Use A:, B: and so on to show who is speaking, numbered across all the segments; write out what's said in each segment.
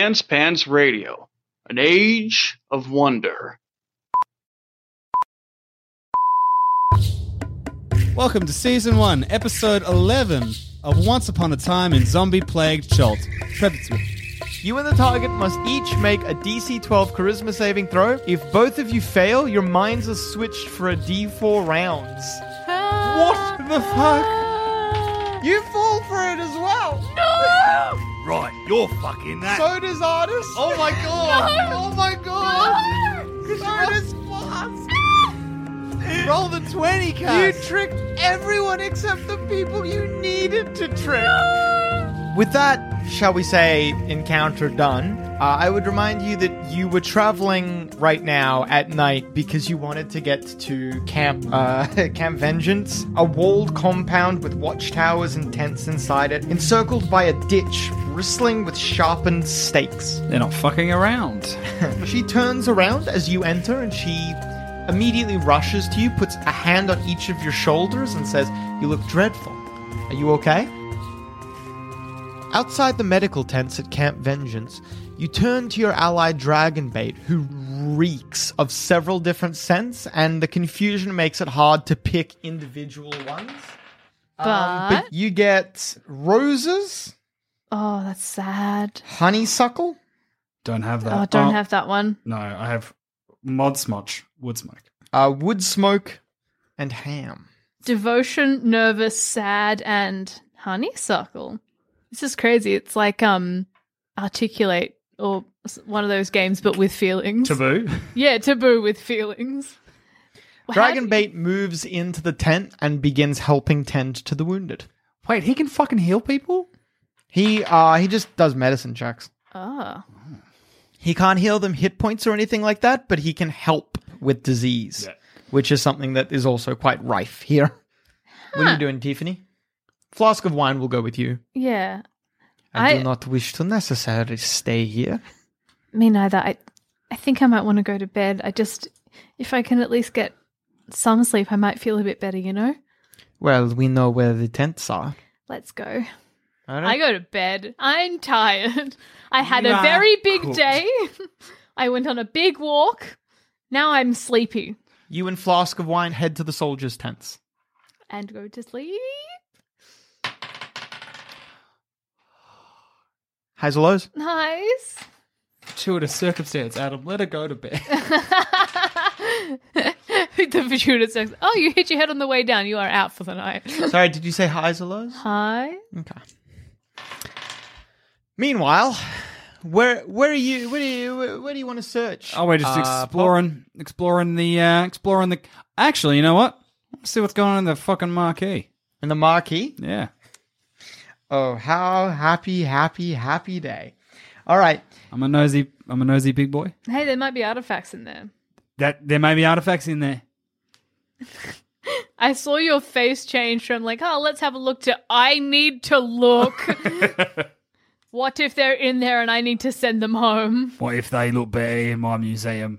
A: Sanspants Radio - An Age of Wonder.
B: Welcome to Season 1, Episode 11 of Once Upon a Time in Zombie Plagued Chult. Credits with
C: You and the target must each make a DC 12 charisma saving throw. If both of you fail, your minds are switched for a D4 rounds. What the fuck? You fall for it as well. No!
D: Right, you're fucking that.
C: So does Artis. Oh my god. Oh my god. So does Fast. Roll the 20, cast. You tricked everyone except the people you needed to trick. With that, shall we say, encounter done, uh, I would remind you that you were traveling right now at night because you wanted to get to Camp uh, Camp Vengeance, a walled compound with watchtowers and tents inside it, encircled by a ditch bristling with sharpened stakes.
E: They're not fucking around.
C: She turns around as you enter and she immediately rushes to you, puts a hand on each of your shoulders, and says, You look dreadful. Are you okay? Outside the medical tents at Camp Vengeance, you turn to your ally Dragonbait, who reeks of several different scents, and the confusion makes it hard to pick individual ones.
F: But,
C: Um, but you get roses,
F: oh, that's sad.
C: honeysuckle,
E: Don't have that.
F: Oh,
C: uh,
F: don't have that one.
E: No, I have mod smotch, wood smoke.
C: uh, wood smoke, and ham.
F: Devotion, nervous, sad, and honeysuckle. This is crazy. It's like um, articulate or s- one of those games, but with feelings.
E: Taboo.
F: Yeah, taboo with feelings. How do-
C: Dragonbait moves into the tent and begins helping tend to the wounded.
E: Wait, he can fucking heal people?
C: He uh he just does medicine checks.
F: Oh,
C: He can't heal them hit points or anything like that, but he can help with disease,
E: Yeah.
C: which is something that is also quite rife here. What are
F: Huh.
C: you doing, Tiffany? Flask of wine will go with you.
F: yeah.
C: I,
F: I-
C: do not wish to necessarily stay here.
F: Me neither. I, I think I might want to go to bed. I just, if I can at least get some sleep, I might feel a bit better. You know.
C: Well, we know where the tents are.
F: Let's go.
C: I
F: I go to bed. I'm tired. I had
E: You
F: a
E: are
F: very big
E: cooked.
F: day. I went on a big walk. Now I'm sleepy
C: you and Flask of Wine head to the soldiers' tents.
F: and go to sleep.
C: Highs or lows?
F: Nice.
E: To a circumstance,
C: Uh,
E: Adam. Let her go to bed.
F: the Vegeta says, "Oh, you hit your head on the way down. You are out for the night."
C: Sorry, did you say highs or lows?
F: Hi.
C: Okay. Meanwhile, where where are you? Where do you where, where do you want to search?
E: oh, we're just
C: Uh,
E: exploring, exploring the, uh, exploring the. Actually, you know what? Let's see what's going on in the fucking marquee.
C: Pop- in the marquee.
E: Yeah.
C: Oh, how happy, happy, happy day! All right,
E: I'm a nosy, I'm a nosy big boy.
F: Hey, there might be artifacts in there.
E: That There may be artifacts in there.
F: I saw your face change from like, "Oh, let's have a look," to "I need to look." what if they're in there and I need to send them home?
E: What if they look better in my museum?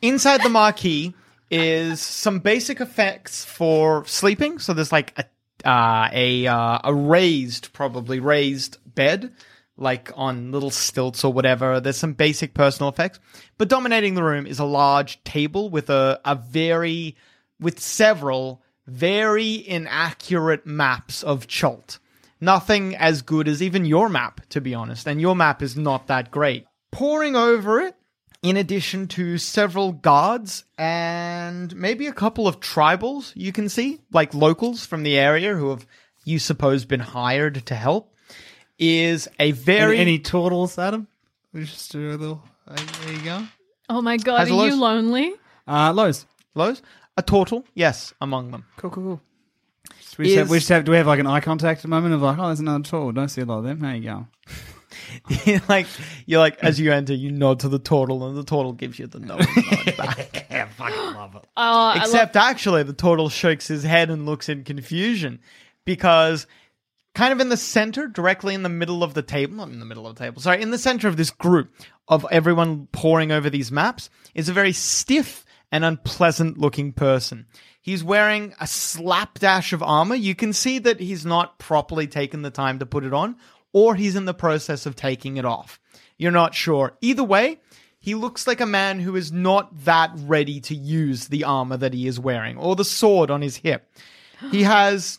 C: inside the marquee is some basic effects for sleeping. So there's like a uh, a uh, a raised, probably raised bed, like on little stilts or whatever. There's some basic personal effects, but dominating the room is a large table with a a very with several very inaccurate maps of Chult. Nothing as good as even your map, to be honest, and your map is not that great. Pouring over it in addition to several guards and maybe a couple of tribals you can see, like locals from the area who have, you suppose, been hired to help, is a very.
E: Any, any turtles, Adam? We just do a little.
B: uh,
E: There you go.
F: Oh my god,
C: Has a
F: are you
C: low-
F: lonely?
E: Uh, Lowe's.
C: Lows? A turtle, yes, among them.
E: Cool, cool, cool. we, just have,
C: Is-
E: we just have, do we have like an eye contact moment of like, oh, there's another turtle. Don't see a lot of them. There you go.
C: like, you're like, as you enter, you nod to the turtle, and the turtle gives you the nod. nod back.
F: Oh, I love
C: Except, actually, the turtle shakes his head and looks in confusion because kind of in the center, directly in the middle of the table, not in the middle of the table, sorry, in the center of this group of everyone poring over these maps is a very stiff and unpleasant looking person. He's wearing a slapdash of armor. You can see that he's not properly taken the time to put it on or he's in the process of taking it off. You're not sure. Either way, he looks like a man who is not that ready to use the armor that he is wearing or the sword on his hip. He has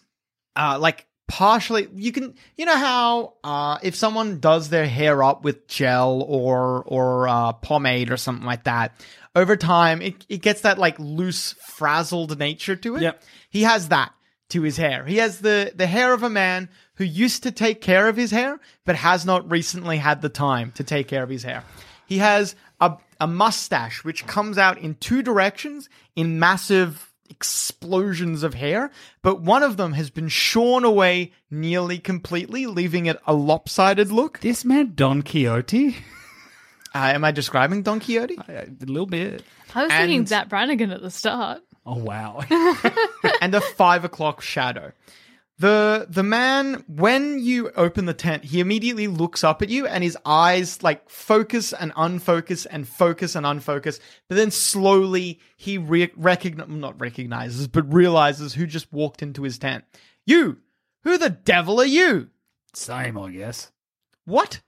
C: uh, like partially you can you know how uh, if someone does their hair up with gel or or uh, pomade or something like that over time it, it gets that like loose frazzled nature to it
E: Yep.
C: he has that to his hair he has the the hair of a man who used to take care of his hair but has not recently had the time to take care of his hair he has a, a mustache which comes out in two directions in massive explosions of hair, but one of them has been shorn away nearly completely, leaving it a lopsided look. Uh,
E: This man Don Quixote?
C: am I describing Don Quixote?
E: A little bit.
F: I was thinking
C: And-
F: Zap Brannigan at the start.
E: Oh, wow.
C: and a five o'clock shadow. The the man, when you open the tent, he immediately looks up at you and his eyes like focus and unfocus and focus and unfocus, but then slowly he re- recognize not recognizes, but realizes who just walked into his tent. You! Who the devil are you?
E: Same, I guess.
C: What?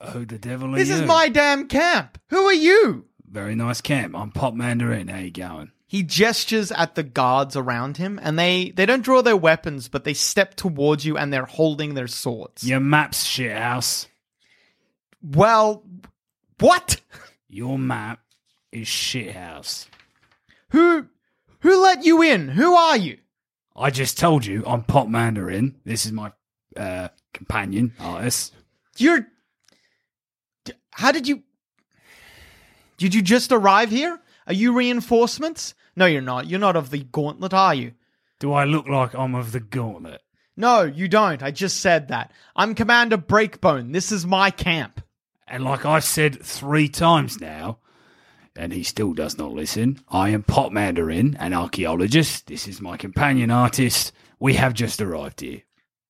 E: Oh, the devil are
C: This is
E: you?
C: my damn camp. Who are you?
E: Very nice camp. I'm Pop Mandarin. How you going?
C: He gestures at the guards around him and they they don't draw their weapons, but they step towards you and they're holding their swords.
E: Your map's shit house.
C: Well, what?
E: Your map is shit house.
C: Who who let you in? Who are you?
E: I just told you I'm Pop Mandarin. This is my uh, companion artist.
C: You're How did you Did you just arrive here? Are you reinforcements? No, you're not. You're not of the gauntlet, are you?
E: Do I look like I'm of the gauntlet?
C: No, you don't. I just said that. I'm Commander Breakbone. This is my camp.
E: And like I've said three times now, and he still does not listen, I am Pop Mandarin, an archaeologist. This is my companion artist. We have just arrived here.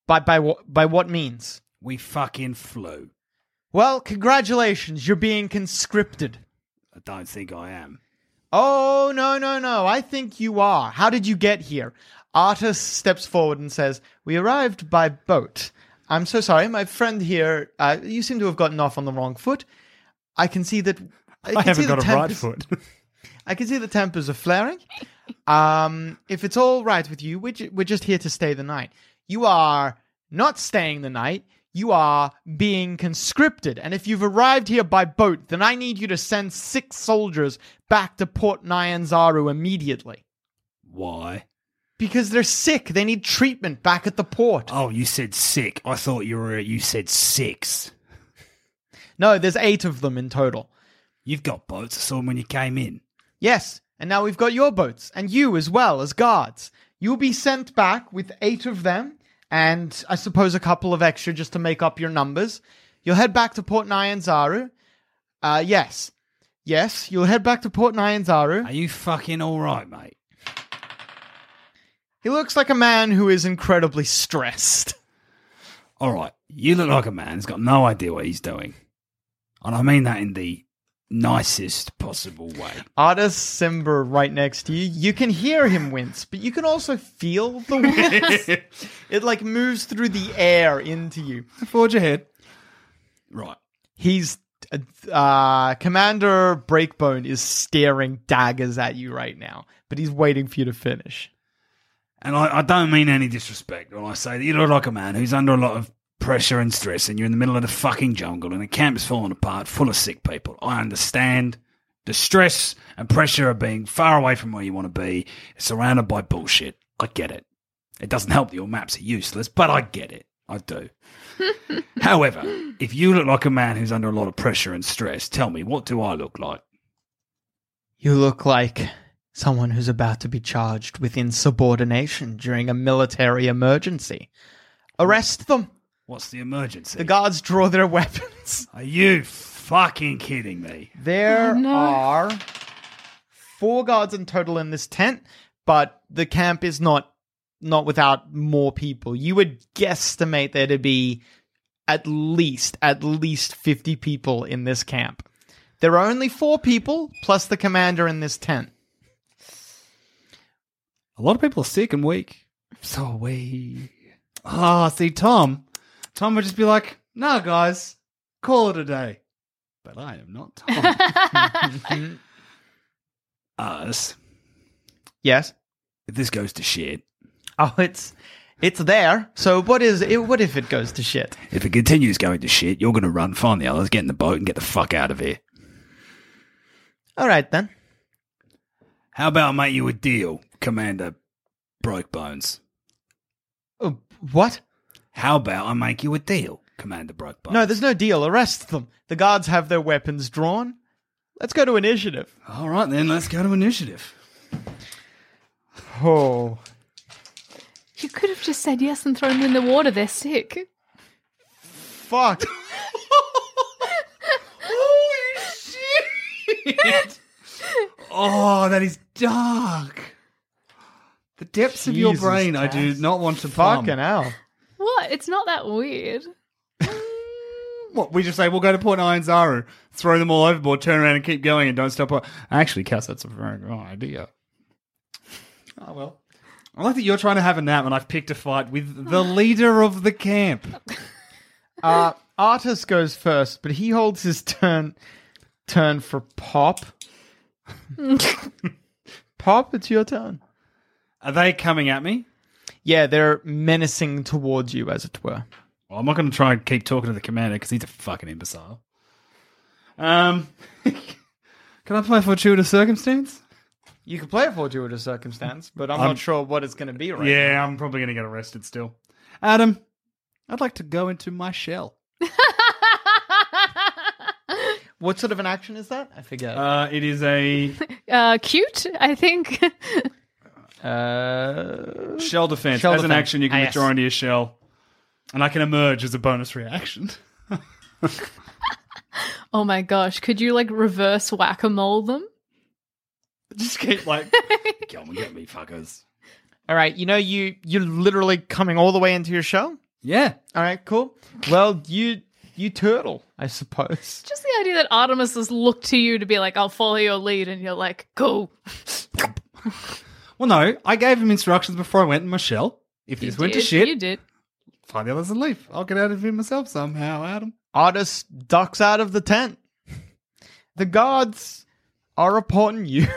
C: By by what by what means?
E: We fucking flew.
C: Well, congratulations. You're being conscripted.
E: I don't think I am.
C: Oh, no, no, no. I think you are. How did you get here? Artis steps forward and says, We arrived by boat. I'm so sorry. My friend here, uh, you seem to have gotten off on the wrong foot. I can see that. I, can see the tempers- I can see the tempers are flaring. Um, if it's all right with you, we're, ju- we're just here to stay the night. You are not staying the night. You are being conscripted. And if you've arrived here by boat, then I need you to send six soldiers back to Port Nyanzaru immediately.
E: Why?
C: Because they're sick. They need treatment back at the port.
E: Oh, you said sick. I thought you were. You said six.
C: No, there's eight of them in total.
E: You've got boats. I saw 'em when you came in.
C: Yes, and now we've got your boats, and you as well as guards. You'll be sent back with eight of them, and I suppose a couple of extra just to make up your numbers. You'll head back to Port Nyanzaru. Uh, yes. Yes, you'll head back to Port Nyanzaru.
E: Are you fucking all right, mate?
C: He looks like a man who is incredibly stressed.
E: All right. You look like a man who's got no idea what he's doing, and I mean that in the nicest possible way.
C: Artis Simber right next to you. You can hear him wince, but you can also feel the wince. it like moves through the air into you.
E: Forge ahead. Right.
C: he's uh commander breakbone is staring daggers at you right now but he's waiting for you to finish
E: And I, I don't mean any disrespect when I say that you look like a man who's under a lot of pressure and stress, and you're in the middle of the fucking jungle, and the camp's falling apart, full of sick people. I understand the stress and pressure of being far away from where you want to be, surrounded by bullshit. I get it. It doesn't help that your maps are useless, but I get it. I do. However, if you look like a man who's under a lot of pressure and stress, tell me, what do I look like?
C: you look like someone who's about to be charged with insubordination during a military emergency arrest them
E: What's the emergency?
C: the guards draw their weapons
E: are you fucking kidding me?
C: there
F: Oh, no.
C: are four guards in total in this tent but the camp is not not without more people you would guesstimate there to be at least at least 50 people in this camp there are only four people plus the commander in this tent
B: A lot of people are sick and weak. So we. Ah, see, Tom. Tom would just be like, nah, guys, call it a day. But I am not Tom.
E: Us.
C: Yes.
E: If this goes to shit,
C: Oh, it's it's there. So what is it? What if it goes to shit?
E: if it continues going to shit, you're going to run, find the others, get in the boat, and get the fuck out of here.
C: All right then.
E: How about I make you a deal, Commander Broke-Bones?
C: Oh, what?
E: How about I make you a deal, Commander Broke-Bones?
C: No, there's no deal. Arrest them. The guards have their weapons drawn. Let's go to initiative.
E: All right, then, let's go to initiative.
C: Oh,
F: You could have just said yes and thrown them in the water. They're sick.
C: fuck.
B: oh, that is dark. The depths of your
C: Jesus
B: brain, I do
C: Christ.
B: not want to plumb.
C: Fucking hell.
F: What? It's not that weird.
B: What we just say? We'll go to Port Nyanzaru, throw them all overboard, turn around and keep going, and don't stop. Actually, Cass, that's a very good idea. Oh well. I like that you're trying to have a nap, and I've picked a fight with the leader of the camp.
C: Uh, Artis goes first, but he holds his turn turn for Pop. Pop, it's your turn.
B: Are they coming at me?
C: Yeah, they're menacing towards you, as it were.
B: Well, I'm not going to try and keep talking to the commander because he's a fucking imbecile. Um, can I play fortuitous circumstance?
C: You could play it for due to circumstance, but I'm, not sure what it's going to be right now.
B: Yeah, I'm probably going to get arrested still. Adam, I'd like to go into my shell.
C: What sort of an action is that? I forget.
B: Uh, it is a
F: Uh, cute, I think.
C: Uh,
B: Shell defense.
C: Shell
B: as an
C: defense.
B: action, you can
C: Ah, yes.
B: withdraw into your shell, and I can emerge as a bonus reaction.
F: oh my gosh, could you like reverse whack a mole them?
B: Just keep like
E: Come and get me, fuckers.
C: all right, you know you you're literally coming all the way into your shell.
B: yeah.
C: All right, cool. Well, you you turtle, I suppose.
F: Just the idea that Artemis has looked to you to be like, I'll follow your lead, and you're like, go.
B: Well, no, I gave him instructions before I went in my shell. If this went to
F: Did-
B: shit,
F: You did.
B: find the others and leave. I'll get out of here myself somehow, Adam.
C: Artis ducks out of the tent. The guards are upon you.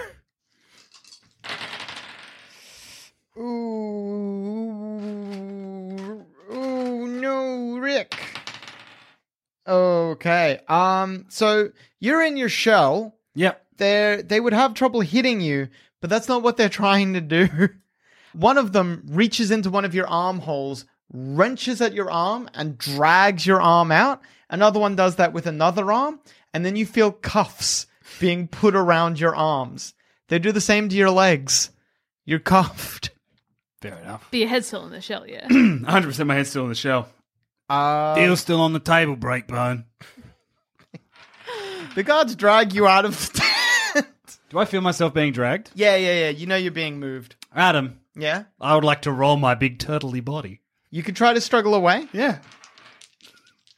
C: Ooh, ooh, no, Rick. Okay. Um. So you're in your shell.
B: Yep.
C: They they would have trouble hitting you, but that's not what they're trying to do. One of them reaches into one of your armholes, wrenches at your arm, and drags your arm out. Another one does that with another arm, and then you feel cuffs being put around your arms. They do the same to your legs. You're cuffed.
E: Fair enough.
F: But your head's still in the shell, yeah.
B: 100% my head's still in the shell.
C: Uh,
E: Deal's still on the table, Breakbone.
C: the guards drag you out of the tent.
B: Do I feel myself being dragged?
C: yeah, yeah, yeah. You know you're being moved.
B: Adam,
C: Yeah?
B: I would like to roll my big turtley body.
C: You could try to struggle away.
B: Yeah.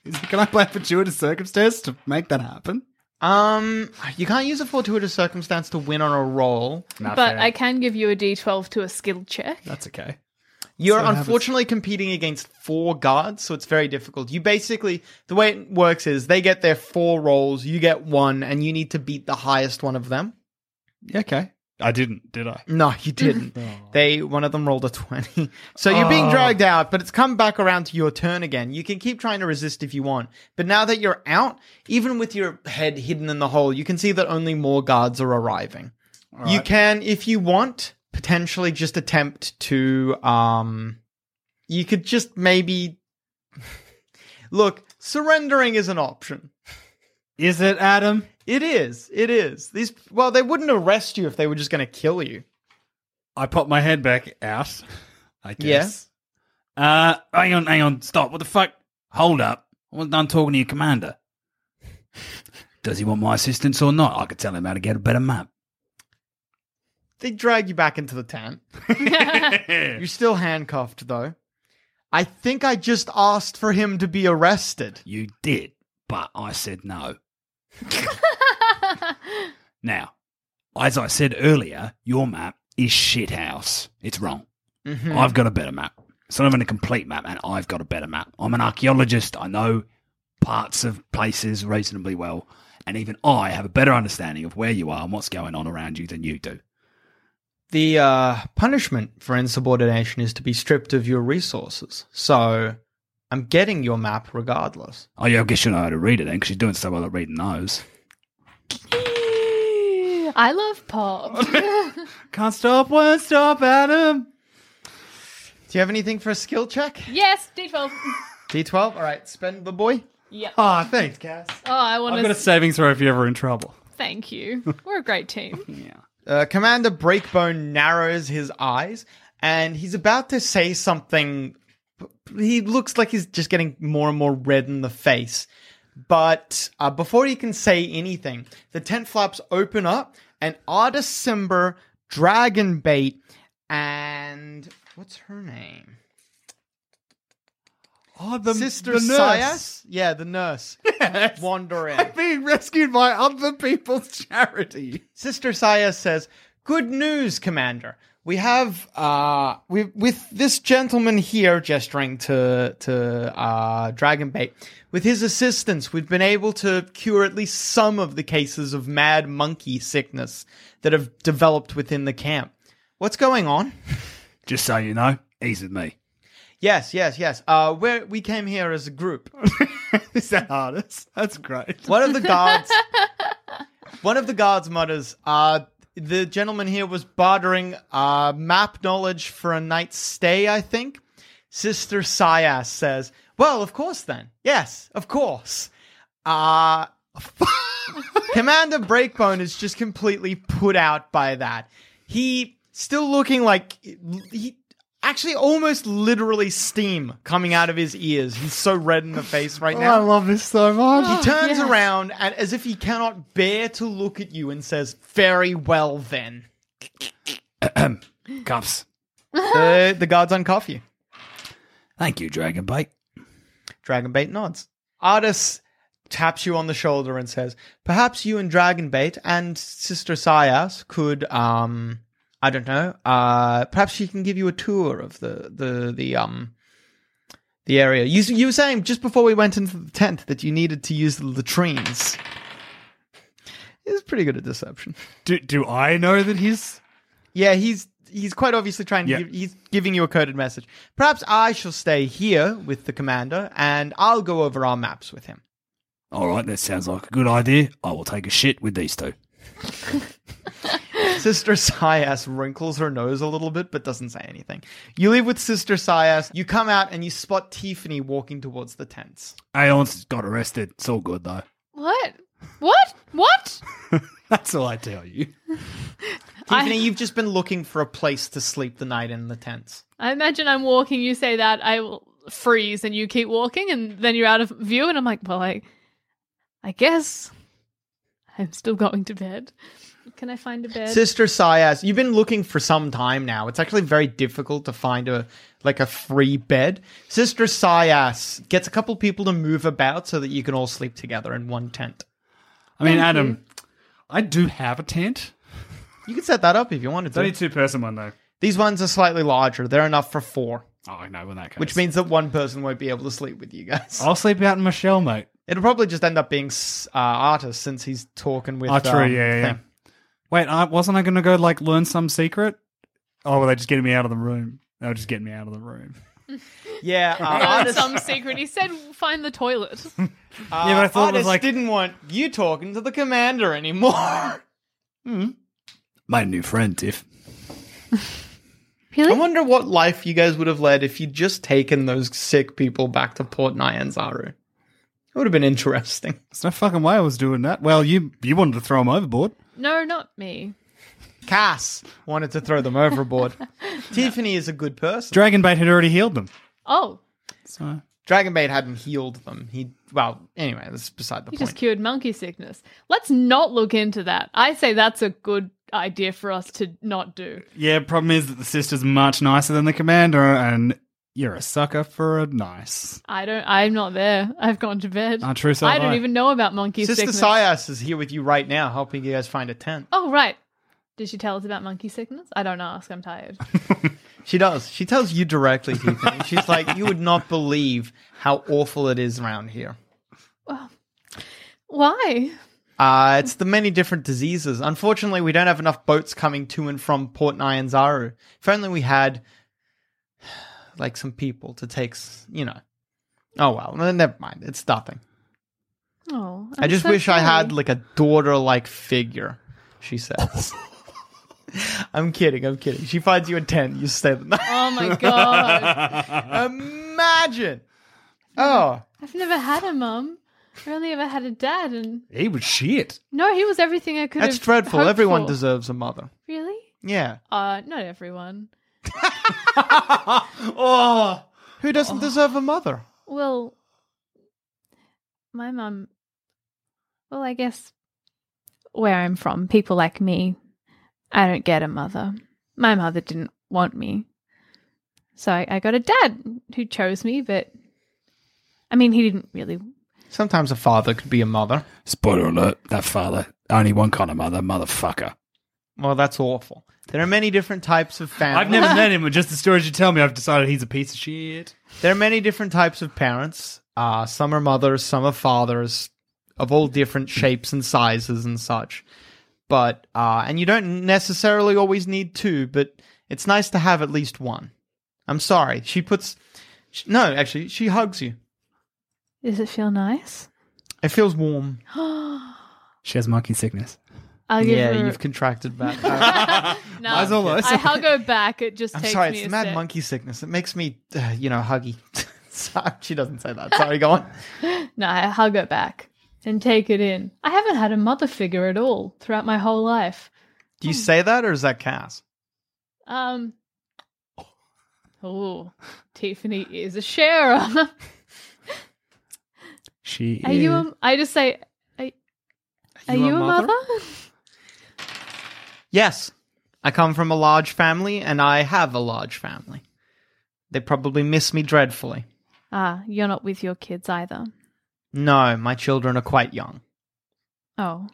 B: Is- Can I play fortuitous circumstance to make that happen?
C: Um, you can't use a fortuitous circumstance to win on a roll.
F: but I can give you a d12 to a skill check.
B: That's okay.
C: You're
B: what happens.
C: unfortunately competing against four guards, so it's very difficult. You basically, the way it works is they get their four rolls, you get one, and you need to beat the highest one of them.
B: Yeah, okay. I didn't, did I?
C: No, you didn't. they, one of them rolled a 20. So you're being dragged out, but it's come back around to your turn again. You can keep trying to resist if you want. But now that you're out, even with your head hidden in the hole, you can see that only more guards are arriving. You can, if you want, potentially just attempt to, um, you could just maybe look, surrendering is an option.
B: Is it Adam?
C: It is. It is. These well, they wouldn't arrest you if they were just going to kill you.
B: I pop my head back out. I guess.
C: Yes.
E: Uh, hang on, hang on, stop. What the fuck? Hold up. I wasn't done talking to your commander. Does he want my assistance or not? I could tell him how to get a better map.
C: They drag you back into the tent. You're still handcuffed though. I think I just asked for him to be arrested.
E: You did, but I said no. Now, as I
B: Hmm. Mm-hmm.
E: said earlier, your map is shithouse. It's wrong. I've got a better map. It's not even a complete map, and I've got a better map. I'm an archaeologist. I know parts of places reasonably well, and even I have a better understanding of where you are and what's going on around you than you do.
C: The uh, punishment for insubordination is to be stripped of your resources. So I'm getting your map regardless.
E: Oh, yeah, I guess you know how to read it then, because you're doing so well at reading those.
F: I love pop.
B: Can't stop, won't stop, Adam.
C: Do you have anything for a skill check?
F: yes, D12.
C: D12? All right, spend the boy.
F: Yep. Oh,
B: Ah, thanks, Cass.
F: I want
B: I've got
F: to
B: a saving throw if you're ever in trouble.
F: thank you. We're a great team.
C: Uh, Commander Breakbone narrows his eyes and he's about to say something. He looks like he's just getting more and more red in the face. But uh, before he can say anything, the tent flaps open up and Arda Simber, Dragon Bait, and what's her name?
B: Oh, the
C: Sister
B: the nurse.
C: Sias? Yeah, the nurse. Wander in.
B: being rescued by other people's charity.
C: Sister Saya says, "Good news, Commander. We have uh, we with this gentleman here, gesturing to to uh, Dragonbait. With his assistance, we've been able to cure at least some of the cases of mad monkey sickness that have developed within the camp. What's going on?
E: Just so you know, he's with me.
C: Yes, yes, yes. Uh, where we came here as a group.
B: Is that hardest? That's great.
C: One of the guards. one of the guards mutters, uh, the gentleman here was bartering uh, map knowledge for a night's stay, I think. Sister Sias says, Well, of course then. Yes, of course. Uh, Commander Breakbone is just completely put out by that. He still looking like he actually almost literally steam coming out of his ears. He's so red in the face right now.
B: Oh, I love this so much.
E: Oh,
C: He turns
F: yes.
C: around and as if he cannot bear to look at you and says, Very well then.
E: Cuffs.
C: the, the guards uncuff you.
E: Thank you, Dragonbait.
C: Dragonbait nods. Artis taps you on the shoulder and says, Perhaps you and Dragonbait and Sister Sias could um I don't know, uh perhaps she can give you a tour of the the, the um the area. You, you were saying just before we went into the tent that you needed to use the latrines. He's pretty good at deception.
B: Do, do I know that he's
C: Yeah, he's he's quite obviously trying to
B: Yeah.
C: give, he's giving you a coded message. Perhaps I shall stay here with the commander and I'll go over our maps with him.
E: All right, that sounds like a good idea. I will take a shit with these two.
C: Sister Sias wrinkles her nose a little bit but doesn't say anything. You leave with Sister Sias, you come out and you spot Tiffany walking towards the tents.
E: Aeon's got arrested. It's all good, though.
F: What? What? What?
B: That's all I tell you.
C: Tiffany, you've just been looking for a place to sleep the night in the tents.
F: I imagine I'm walking, you say that, I will freeze and you keep walking and then you're out of view and I'm like, well, I I guess I'm still going to bed. Can I find a bed?
C: Sister Sias, you've been looking for some time now. It's actually very difficult to find a like a free bed. Sister Sias gets a couple people to move about so that you can all sleep together in one tent.
B: I mean, Adam, I do have a tent.
C: You can set that up if you wanted
B: It's only
C: to.
B: two person one though.
C: These ones are slightly larger. They're enough for four,
B: Oh no, in that case,
C: which means that one person won't be able to sleep with you guys.
B: I'll sleep out in my shell, mate.
C: It'll probably just end up being s- uh, artist since he's talking with.
B: Oh, true.
C: um,
B: yeah, yeah, yeah.
C: thing.
B: Wait, I, wasn't I going to go like learn some secret? Oh, well, they just getting me out of the room. They were just getting me out of the room.
C: yeah. Uh,
F: Learn
C: artist,
F: some secret. He said, find the toilet.
C: uh,
B: Yeah, but I thought it was
C: artist
B: like-
C: didn't want you talking to the commander anymore.
E: Made a new friend, Tiff.
C: I
F: Really?
C: wonder what life you guys would have led if you'd just taken those sick people back to Port Nyanzaru. It would have been interesting.
B: There's no fucking way I was doing that. Well, you you wanted to throw him overboard.
F: No, not me.
C: Cass wanted to throw them overboard. Tiffany is a good person.
B: Dragonbait had already healed them.
F: Oh,
B: So
C: Dragonbait hadn't healed them. He well, anyway, that's beside the
F: you
C: point.
F: just cured monkey sickness. Let's not look into that. I say that's a good idea for us to not do.
B: yeah, problem is that the sister's much nicer than the commander, and you're a sucker for a nice.
F: I don't. I'm not there. I've gone to bed.
B: Ah, true, so
F: I
B: have
F: don't
B: I.
F: even know about monkey
C: Sister
F: sickness.
C: Sias is here with you right now, helping you guys find a tent.
F: Oh right. Did she tell us about monkey sickness? I don't ask. I'm tired.
C: She does. She tells you directly, Heath. and She's like, you would not believe how awful it is around here.
F: Why?
C: Uh, it's the many different diseases. Unfortunately, we don't have enough boats coming to and from Port Nyanzaru. If only we had, like, some people to take, s- you know. Oh, well, n- never mind. It's nothing.
F: Oh,
C: i
F: I'm
C: just
F: so
C: wish I had,
F: sorry.
C: like, a daughter like figure, she says. I'm kidding. I'm kidding. She finds you a tent. You stay the night.
F: Oh my god!
C: Imagine. Oh,
F: I've never had a mum. I've only ever had a dad, and
B: He was shit.
F: no, he was everything I could.
C: that's
F: have
C: dreadful.
F: hoped
C: Everyone
F: for.
C: deserves a mother.
F: Really?
C: Yeah.
F: Uh, not everyone.
C: Oh, who doesn't deserve a mother?
F: Well, my mum. Well, I guess where I'm from, people like me, I don't get a mother. My mother didn't want me. So I, I got a dad who chose me, but I mean, he didn't really.
C: Sometimes a father could be a mother.
E: Spoiler alert, that father. Only one kind of mother, motherfucker.
C: Well, that's awful. There are many different types of families.
B: I've never met him, but just the stories you tell me, I've decided he's a piece of shit.
C: There are many different types of parents. Uh, some are mothers, some are fathers, of all different shapes and sizes and such. But uh, and you don't necessarily always need two, but it's nice to have at least one. I'm sorry. She puts sh no, actually, she hugs you.
F: Does it feel nice?
C: It feels warm.
B: She has monkey sickness.
F: I'll give
C: Yeah,
F: her-
C: you've contracted that.
F: no,
B: Might as well
F: I
B: listen.
F: will go back. It just
C: I'm
F: takes
C: sorry,
F: me
C: it's
F: a
C: the mad
F: sec.
C: monkey sickness. It makes me, uh, you know, huggy. Sorry, she doesn't say that. Sorry, go on.
F: No, I'll go back and take it in. I haven't had a mother figure at all throughout my whole life.
C: Do you say that or is that Cass?
F: Um. Oh, Tiffany is a sharer.
B: She
F: Are you? A, I just say, are, are you, a mother?
C: Yes. I come from a large family and I have a large family. They probably miss me dreadfully.
F: Ah, you're not with your kids either.
C: No, my children are quite young.
F: Oh,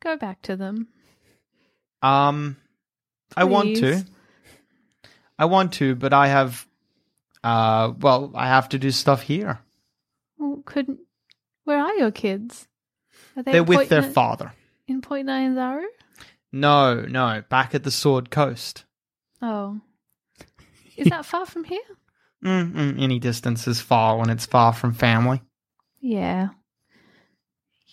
F: go back to them.
C: Um, I want to.
F: Please.
C: I want to, but I have, uh, well, I have to do stuff here.
F: Well, couldn't. Where are your kids? Are they
C: They're
F: in
C: with
F: Point
C: their
F: Ni-
C: father.
F: in Point Nyanzaru?
C: No, no, back at the Sword Coast.
F: Oh, is that far from here?
C: mm mm, Any distance is far when it's far from family.
F: Yeah.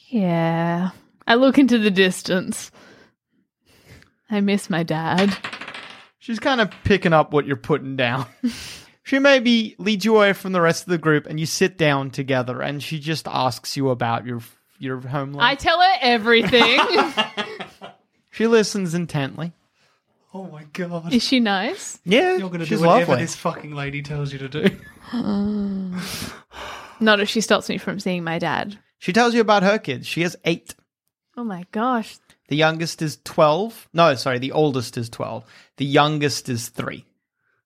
F: Yeah. I look into the distance. I miss my dad.
C: She's kind of picking up what you're putting down. she maybe leads you away from the rest of the group, and you sit down together, and she just asks you about your your home life.
F: I tell her everything.
C: she listens intently.
B: Oh my god.
F: Is she nice?
C: Yeah,
B: You're gonna
C: she's
B: do whatever
C: lovely.
B: this fucking lady tells you to do.
F: Not if she stops me from seeing my dad.
C: She tells you about her kids. She has eight.
F: Oh my gosh.
C: The youngest is twelve. No, sorry, the oldest is twelve. The youngest is three.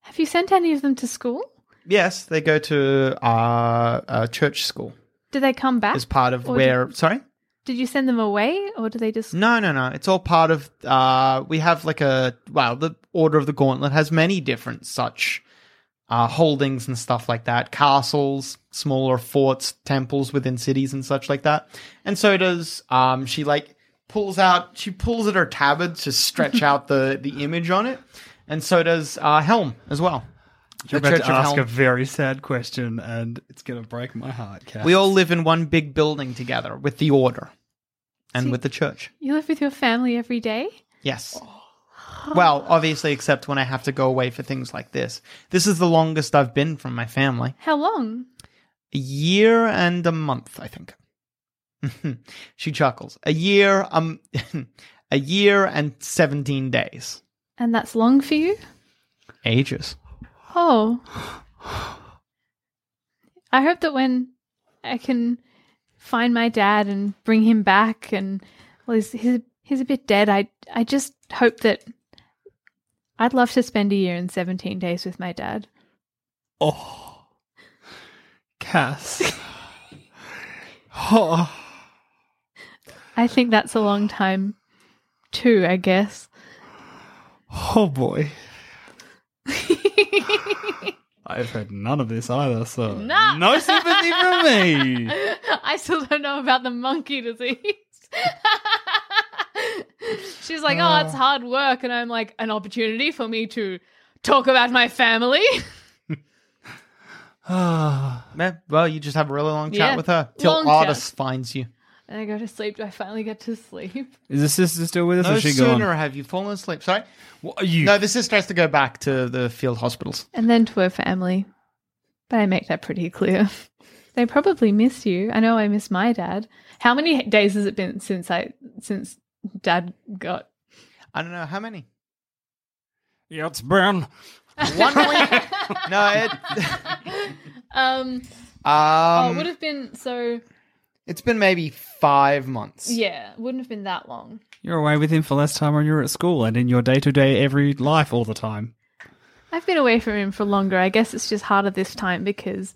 F: Have you sent any of them to school?
C: Yes, they go to uh, uh, church school
F: Did they come
B: Ah,
F: back?
C: as part of
F: Or
C: where. Sorry.
F: Did you send them away or do they just.
C: No, no, no. It's all part of. Uh, we have like a well, the Order of the Gauntlet has many different such uh, holdings and stuff like that. Castles, smaller forts, temples within cities, and such like that. And so does um, she like pulls out. She pulls at her tabard to stretch out the the image on it, and so does uh, Helm as well.
B: You're
C: The
B: about
C: Church
B: to
C: of
B: ask
C: Helm.
B: a very sad question, and it's gonna break my heart, Kat.
C: We all live in one big building together with the Order and with the Church.
F: You live with your family every day?
C: Yes. Well, obviously, except when I have to go away for things like this. This is the longest I've been from my family.
F: How long?
C: A year and a month, I think. she chuckles. A year, um, a year and 17 days.
F: And that's long for you?
C: Ages.
F: Oh. I hope that when I can find my dad and bring him back and well he's he's, he's a bit dead. I I just hope that I'd love to spend a year and 17 days with my dad.
B: Oh. Cass. oh,
F: I think that's a long time two, I guess.
B: Oh boy. I've heard none of this either, so
F: No.
B: no sympathy from me.
F: I still don't know about the monkey disease. She's like, oh, it's hard work. And I'm like, an opportunity for me to talk about my family.
B: Ah.
C: Meh, Well, you just have a really long chat
F: Yeah.
C: with her till
F: Long
C: Artis
F: chat.
C: finds you.
F: and I go to sleep. Do I finally get to sleep?
B: Is the sister still with us
C: No
B: or is she
C: sooner
B: gone?
C: have you fallen asleep. Sorry.
B: What are you?
C: No, the sister has to go back to the field hospitals.
F: And then to her family. But I make that pretty clear. They probably miss you. I know I miss my dad. How many days has it been since I since dad got
C: I don't know how many.
E: Yeah, it's brown.
C: One week. no, it.
F: um oh, it
C: Um,
F: would have been so
C: it's been maybe five months.
F: yeah, wouldn't have been that long.
B: You're away with him for less time when you're at school and in your day to day every life all the time.
F: I've been away from him for longer. I guess it's just harder this time because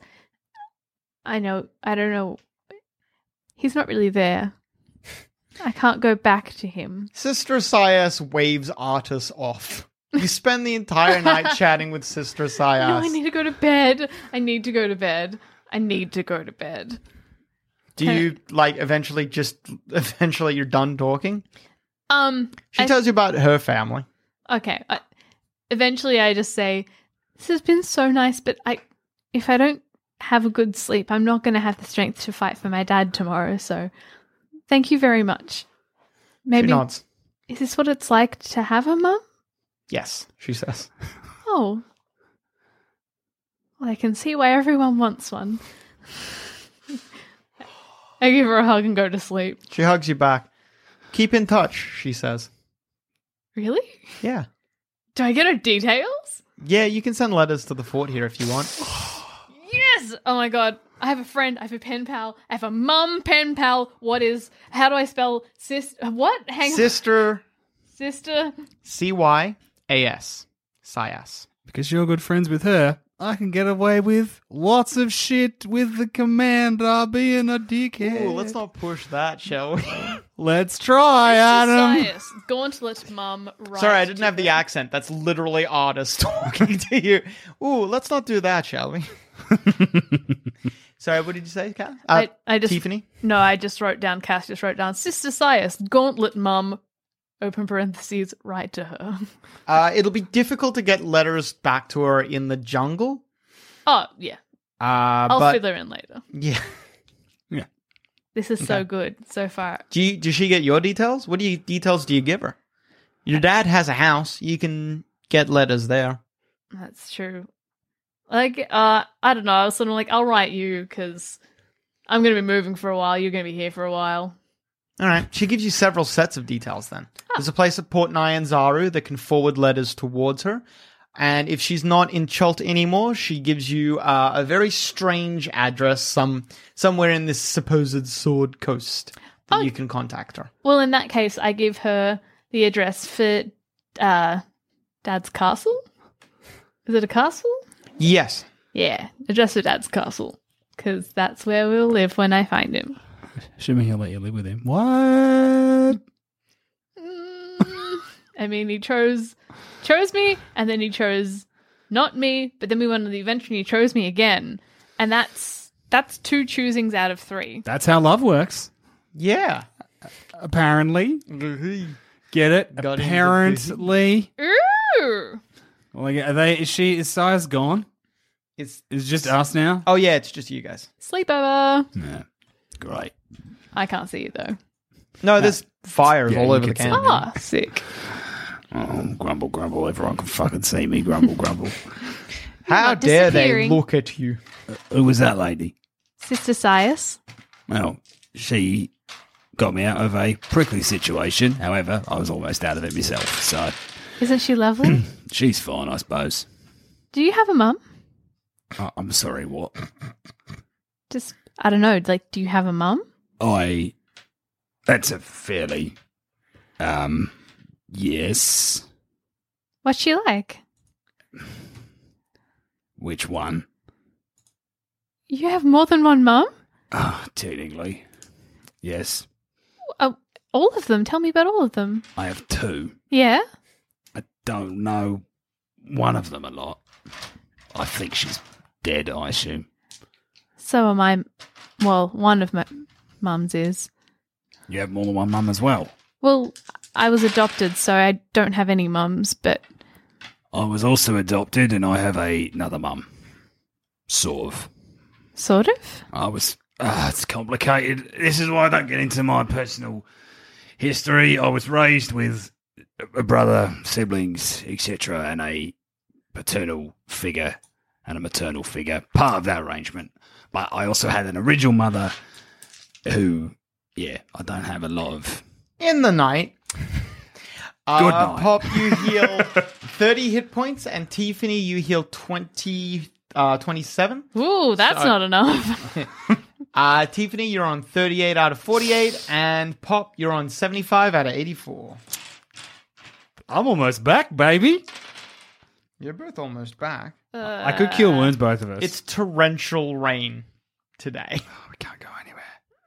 F: I know I don't know he's not really there. I can't go back to him.
C: Sister Sias waves Artis off. You spend the entire night chatting with Sister Sias.
F: No, I need to go to bed. I need to go to bed. I need to go to bed.
C: Do you like eventually just eventually you're done talking?
F: Um,
C: She
F: I-
C: tells you about her family.
F: okay. I, eventually, I just say, "This has been so nice, but I, if I don't have a good sleep, I'm not going to have the strength to fight for my dad tomorrow. So, thank you very much.
C: She
F: Maybe
C: nods.
F: is this what it's like to have a mum?
C: Yes, she says.
F: Oh, well, I can see why everyone wants one." I give her a hug and go to sleep.
C: She hugs you back. Keep in touch, she says.
F: Really?
C: Yeah.
F: Do I get her details?
C: Yeah, you can send letters to the fort here if you want.
F: Yes! Oh my god. I have a friend, I have a pen pal, I have a mum pen pal. What is how do I spell sis what? Hang on.
C: Sister
F: sister.
C: C Y A S. Sias.
B: Because you're good friends with her, I can get away with lots of shit with the commander being a dickhead.
C: Ooh, let's not push that, shall we?
B: Let's try, Adam.
F: Sias. Gauntlet mum right.
C: Sorry, I didn't
F: to
C: have the accent. That's literally artist talking to you. Ooh, let's not do that, shall we? Sorry, what did you say, Kat? Uh,
F: I, I just
C: Tiffany?
F: No, I just wrote down Cass just wrote down Sister Sias, gauntlet mum, open parentheses, right to her.
C: Uh, it'll be difficult to get letters back to her in the jungle.
F: Oh yeah.
C: Uh,
F: I'll
C: but
F: fill her in later.
C: yeah,
F: This is so good so far.
C: do you, does she get your details? What do you details do you give her? Your dad has a house. You can get letters there.
F: That's true. Like, uh, I don't know. I was sort of like, I'll write you because I'm going to be moving for a while. You're going to be here for a while.
C: All right. She gives you several sets of details then. There's a place at Port Nyanzaru that can forward letters towards her. And if she's not in Chult anymore, she gives you uh, a very strange address some somewhere in this supposed Sword Coast
F: Oh.
C: that you can contact her.
F: Well, in that case, I give her the address for uh, Dad's castle. Is it a castle?
C: Yes.
F: Yeah, address for Dad's castle because that's where we'll live when I find him.
B: Assuming he'll let you live with him. What?
F: Mm, I mean, he chose chose me, and then he chose not me. But then we went on the adventure, and he chose me again, and that's that's two choosings out of three.
B: That's how love works.
C: Yeah.
B: Apparently. Get it?
C: Got him the
B: Apparently.
F: Ooh,
B: Like, are they? Is she? Is Sia's gone?
C: It's
B: Is it just us now?
C: Oh yeah, it's just you guys.
F: sleepover.
E: Great.
F: I can't see you though.
C: No, there's fires all over the camp.
F: Ah, sick.
E: Oh, grumble, grumble. Everyone can fucking see me. Grumble, grumble.
C: How
F: Not
C: dare they
F: disappearing.
C: look at you?
E: Who was that lady?
F: Sister Sias.
E: Well, she got me out of a prickly situation. However, I was almost out of it myself. So
F: Isn't she lovely?
E: she's fine, I suppose.
F: Do you have a mum?
E: I- I'm sorry, what?
F: Just I don't know. Like, do you have a mum?
E: I. That's a fairly. Um. Yes.
F: What's she like?
E: Which one?
F: You have more than one mum.
E: Ah, teeningly. Yes.
F: Uh, All of them. Tell me about all of them.
E: I have two.
F: Yeah.
E: I don't know one of them a lot. I think she's dead, I assume.
F: So am I. Well, one of my mum's is.
E: You have more than one mum as well.
F: Well, I was adopted, so I don't have any mums, but
E: I was also adopted and I have a, another mum. Sort of.
F: sort of.
E: I was. ah, it's complicated. This is why I don't get into my personal history. I was raised with a brother, siblings, etc., and a paternal figure and a maternal figure, part of that arrangement. But I also had an original mother who, yeah, I don't have a lot of.
C: in the night.
E: Good
C: uh,
E: night.
C: Pop, you heal 30 hit points, and Tiffany, you heal 20, uh, 27.
F: Ooh, that's
C: So-
F: not enough.
C: Uh, Tiffany, you're on 38 out of 48, and Pop, you're on 75 out of 84.
B: I'm almost back, baby.
C: You're both almost back.
B: I could cure wounds, both of us.
C: It's torrential rain today.
E: We can't go anywhere.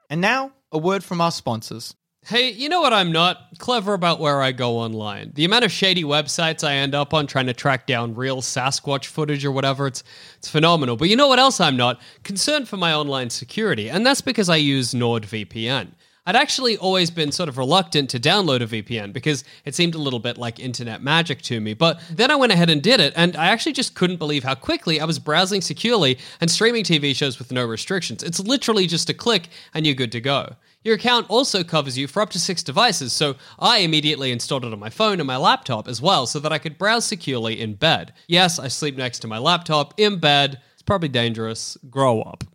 C: And now, a word from our sponsors.
G: Hey, you know what I'm not? Clever about where I go online. The amount of shady websites I end up on trying to track down real Sasquatch footage or whatever, it's it's phenomenal. But you know what else I'm not? Concerned for my online security, and that's because I use NordVPN. I'd actually always been sort of reluctant to download a VPN because it seemed a little bit like internet magic to me. But then I went ahead and did it, and I actually just couldn't believe how quickly I was browsing securely and streaming TV shows with no restrictions. It's literally just a click, and you're good to go. Your account also covers you for up to six devices, so I immediately installed it on my phone and my laptop as well so that I could browse securely in bed. Yes, I sleep next to my laptop in bed. It's probably dangerous. Grow up.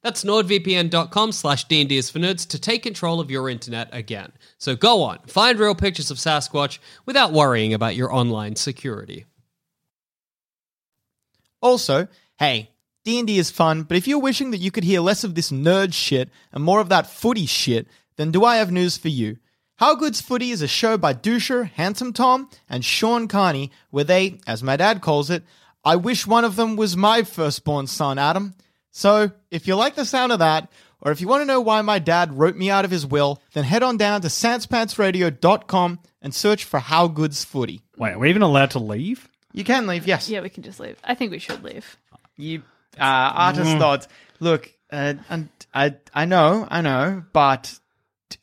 G: That's nordvpn.com slash D&D is for nerds to take control of your internet again. So go on, find real pictures of Sasquatch without worrying about your online security.
C: Also, hey, D&D is fun, but if you're wishing that you could hear less of this nerd shit and more of that footy shit, then do I have news for you. How Good's Footy is a show by Dusher, Handsome Tom, and Sean Carney where they, as my dad calls it, I wish one of them was my firstborn son, Adam. So, if you like the sound of that, or if you want to know why my dad wrote me out of his will, then head on down to sanspantsradio.com and search for How Good's Footy.
B: Wait, are we even allowed to leave?
C: You can leave, yes.
F: yeah, we can just leave. I think we should leave.
C: You uh, artist thoughts. Look, uh, and I I know, I know, but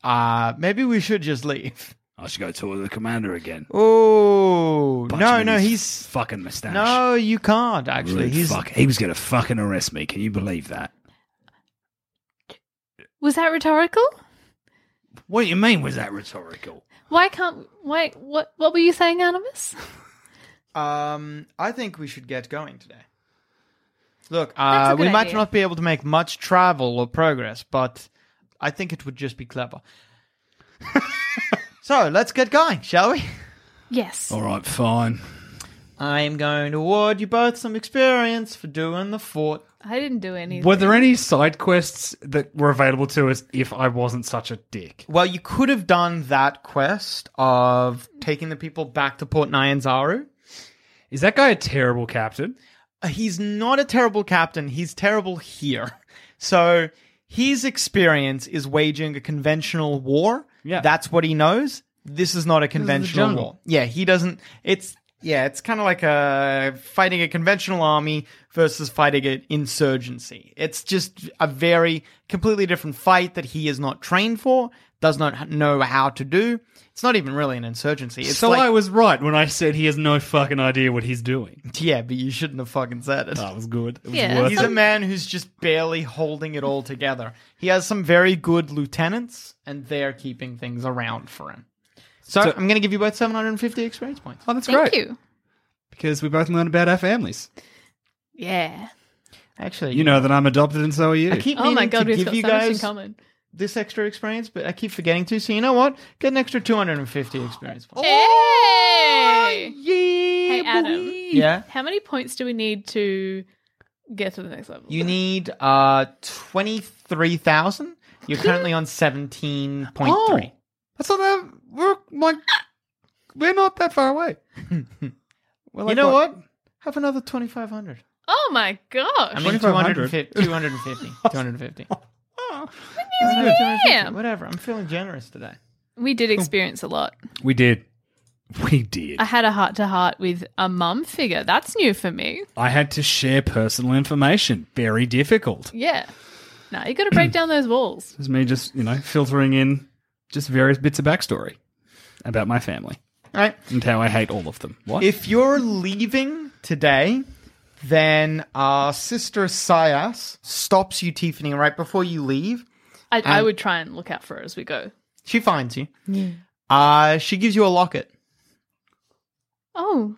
C: uh maybe we should just leave.
E: I should go talk to the commander again.
C: Oh
E: Punch him
C: no,
E: in
C: no,
E: his
C: he's
E: fucking mustache.
C: no, you can't
E: Rude
C: actually. He's
E: fuck. He was going to fucking arrest me. Can you believe that?
F: Was that rhetorical?
E: What do you mean? Was that rhetorical?
F: Why can't? Why? What? What were you saying, Animus?
C: um. I think we should get going today. Look,
F: That's a
C: uh, we
F: good
C: might
F: idea.
C: not be able to make much travel or progress, but I think it would just be clever. so let's get going, shall we?
F: Yes.
E: All right, fine.
C: I'm going to award you both some experience for doing the fort.
F: I didn't do anything.
B: Were there any side quests that were available to us if I wasn't such a dick?
C: Well, you could have done that quest of taking the people back to Port Nyanzaru.
B: Is that guy a terrible captain?
C: Uh, He's not a terrible captain, he's terrible here. So his experience is waging a conventional war.
B: Yeah.
C: That's what he knows. This is not a conventional
B: jungle.
C: war. Yeah, he doesn't it's yeah, it's kind of like a fighting a conventional army versus fighting an insurgency. It's just a very completely different fight that he is not trained for, does not h- know how to do. It's not even really an insurgency. It's
B: so
C: like,
B: I was right when I said he has no fucking idea what he's doing.
C: yeah, but you shouldn't have fucking said it.
B: That was good. It was
F: Yeah.
B: worth
C: He's
B: it.
C: a man who's just barely holding it all together. He has some very good lieutenants, and they're keeping things around for him. So,
B: So-
C: I'm going to give you both 750 experience points.
B: Oh, that's
F: Thank
B: great.
F: you.
B: Because we both learned about our families.
F: Yeah.
C: Actually,
B: You know that I'm adopted and so are you.
C: I keep
F: Oh my
C: meaning
F: god,
C: to give
F: we've got
C: you
F: so much in
C: guys
F: common.
C: this extra experience, but I keep forgetting to. So you know what? Get an extra 250 experience points. Oh!
F: Hey! Hey, Adam.
C: Yeah.
F: How many points do we need to get to the next level?
C: You need uh 23,000. You're currently on 17.3.
B: Oh,
E: Oh, That's not that. We're like, we're not that far away. We're
C: you
E: like,
C: know what? Have another 2,500.
F: oh my gosh.
C: I mean,
E: 2,500.
C: 250. 250. 250.
F: Damn.
C: Whatever. I'm feeling generous today.
F: we did experience a lot.
E: We did.
H: We did.
F: I had a heart to heart with a mum figure. That's new for me.
E: I had to share personal information. Very difficult.
F: Yeah. No, you got to break down those walls.
E: It was me just, you know, filtering in just various bits of backstory about my family
C: All right.
E: and how I hate all of them. What?
C: If you're leaving today, then uh, Sister Sias stops you, Tiffany, and right before you leave.
F: I, I would try and look out for her as we go.
C: She finds you. Uh, she gives you a locket.
F: Oh,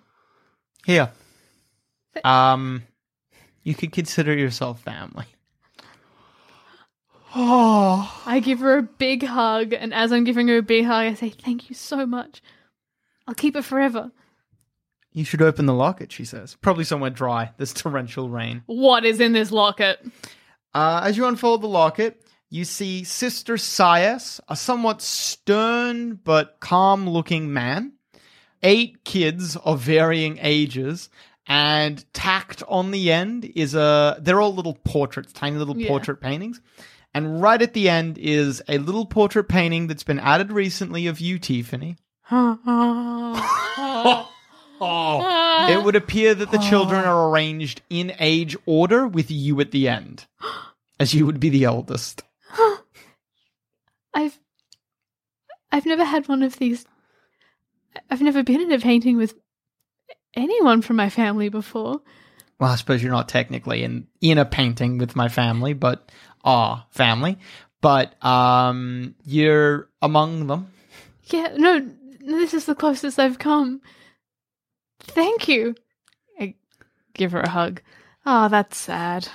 C: Here. Um, you could consider yourself family.
F: I give her a big hug, and as I'm giving her a big hug, I say, Thank you so much. I'll keep it forever.
C: You should open the locket, she says. Probably somewhere dry. There's torrential rain.
F: What is in this locket?
C: Uh, as you unfold the locket, you see Sister Sias, a somewhat stern but calm looking man, eight kids of varying ages, and tacked on the end is a. They're all little portraits, tiny little
F: Yeah.
C: portrait paintings. And right at the end is a little portrait painting that's been added recently of you, Tiffany.
F: Uh.
C: It would appear that the children are arranged in age order with you at the end, as you would be the eldest.
F: I've I've never had one of these. I've never been in a painting with anyone from my family before.
C: well, I suppose you're not technically in in a painting with my family, but are family. But um, you're among them.
F: Yeah, no, no, this is the closest I've come. Thank you. I give her a hug. Oh, that's sad.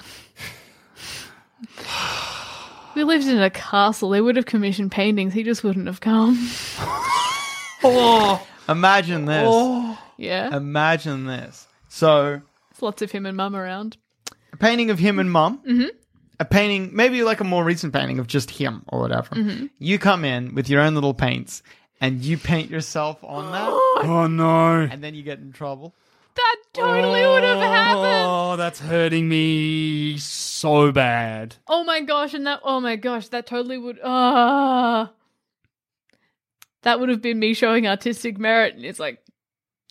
F: we lived in a castle. They would have commissioned paintings. He just wouldn't have come.
C: Imagine this.
F: Yeah.
C: Um, Imagine this. So
F: There's lots of him and mum around.
C: a painting of him and mum. Mm-hmm. A painting, maybe like a more recent painting of just him or whatever. You come in with your own little paints and you paint yourself on that,
E: oh, no.
C: and then you get in trouble.
F: That totally would have happened.
E: Oh, that's hurting me so bad.
F: Oh my gosh, and that oh my gosh, that totally would ah. that would have been me showing artistic merit and it's like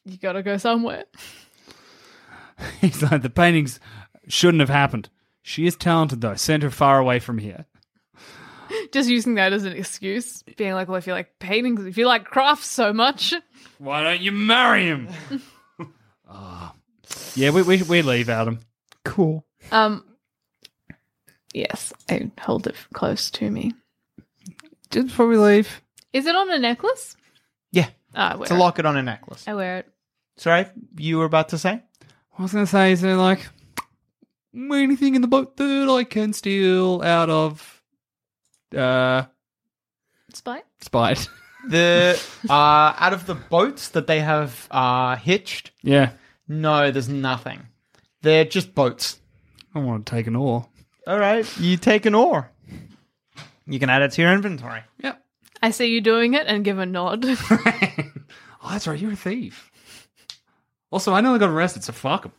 F: you got to go somewhere.
E: He's like, the paintings shouldn't have happened. She is talented, though. Send her far away from here.
F: just using that as an excuse, being like, well, if you like paintings, if you like crafts so much,
E: Why don't you marry him? Ah. Yeah, we, we, we leave, Adam.
C: Cool.
F: um, yes, I hold it close to me.
E: Just before we leave.
F: Is it on a necklace?
C: Yeah.
F: Ah, I wear
C: It's a locket on a necklace.
F: It. I wear it.
C: Sorry, you were about to say?
E: I was going to say, is there like anything in the boat that I can steal out of uh
F: Spike.
E: spite?
C: the uh out of the boats that they have uh hitched
E: yeah.
C: no there's nothing they're just boats
E: I want to take an oar.
C: all right you take an oar you can add it to your inventory
E: Yep.
F: I see you doing it and give a nod.
E: Oh, that's right. You're a thief. Also, I nearly got arrested, so fuck him.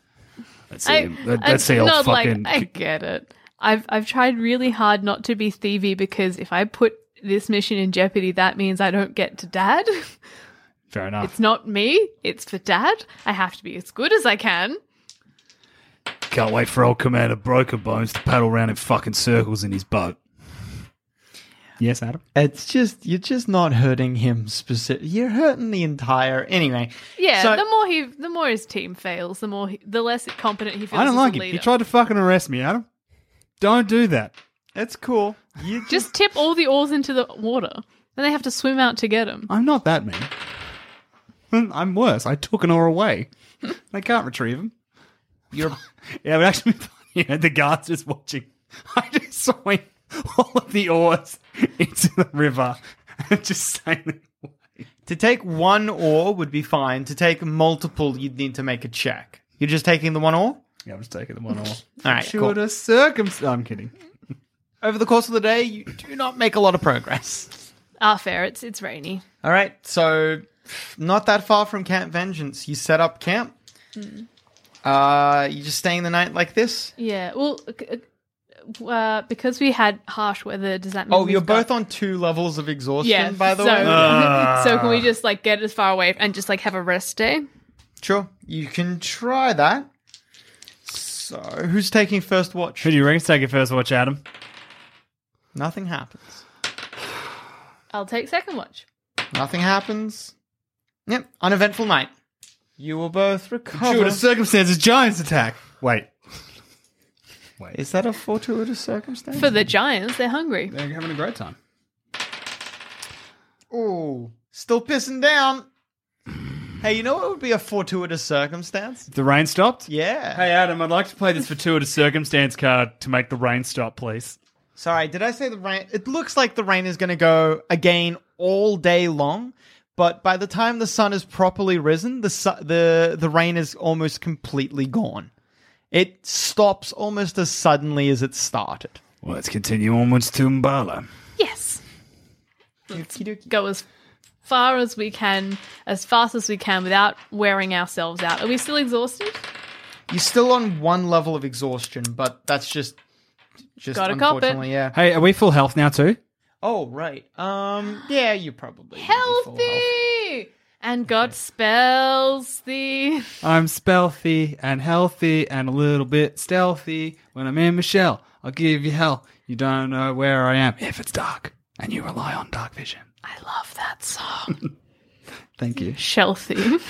H: That's
F: I,
H: him. That-
F: I
H: that's the old
F: nod like,
H: fucking.
F: I get it. I've I've tried really hard not to be thievy because if I put this mission in jeopardy, that means I don't get to dad.
E: Fair enough.
F: It's not me. It's for dad. I have to be as good as I can.
H: Can't wait for old Commander Broken Bones to paddle around in fucking circles in his boat.
E: yes, Adam.
C: it's just you're just not hurting him specific you're hurting the entire anyway
F: Yeah,
C: So-
F: the more he, the more his team fails, the more, he, the less competent he feels.
E: I don't
F: as
E: like
F: a
E: him.
F: leader.
E: He tried to fucking arrest me, Adam. Don't do that.
C: it's cool you just
F: Just tip all the oars into the water, then they have to swim out to get him.
E: I'm not that mean. I'm worse. I took an oar away. they can't retrieve him.
C: you're
E: Yeah, but actually, yeah, the guard's just watching. I just saw him all of the oars into the river and just sailing.
C: To take one ore would be fine. To take multiple, you'd need to make a check. You're just taking the one ore?
E: Yeah, I'm just taking the one oar.
C: All right, cool.
E: Shorter circumstance. I'm kidding.
C: Over the course of the day, you do not make a lot of progress.
F: Ah, fair. It's it's rainy.
C: All right, so not that far from Camp Vengeance. You set up camp.
F: Hmm.
C: Uh, you just staying the night like this?
F: Yeah. Well, c- c- uh, because we had harsh weather, does that mean?
C: Oh,
F: we've
C: you're
F: got-
C: both on two levels of exhaustion,
F: Yeah.
C: by the
F: so,
C: way. Ah.
F: so can we just like get as far away and just like have a rest day?
C: Sure, you can try that. So, who's taking first watch?
E: Who do you reckon's taking first watch, Adam?
C: Nothing happens.
F: I'll take second watch.
C: Nothing happens. Yep, uneventful night. You will both recover.
E: Shorter circumstances. Giants attack. Wait.
C: Is that a fortuitous circumstance?
F: For the giants, they're hungry.
E: They're having a great time.
C: Ooh, still pissing down. Hey, you know what would be a fortuitous circumstance?
E: The rain stopped?
C: Yeah.
E: Hey, Adam, I'd like to play this for two at a circumstance card to make the rain stop, please.
C: Sorry, did I say the rain? It looks like the rain is going to go again all day long, but by the time the sun is properly risen, the su- the the rain is almost completely gone. It stops almost as suddenly as it started.
I: Well, let's continue onwards to Mbala.
F: Yes. Go as far as we can, as fast as we can, without wearing ourselves out. Are we still exhausted?
C: You're still on one level of exhaustion, but that's just just
F: Gotta cop it.
C: unfortunately, yeah.
E: Hey, are we full health now, too?
C: Oh, right. Um, yeah, you probably would be full
F: Healthy.
C: health.
F: And God spells the.
E: I'm spelthy and healthy and a little bit stealthy. When I'm in Michelle, I'll give you hell. You don't know where I am if it's dark, and you rely on dark vision.
F: I love that song.
E: Thank you.
F: Shelfie.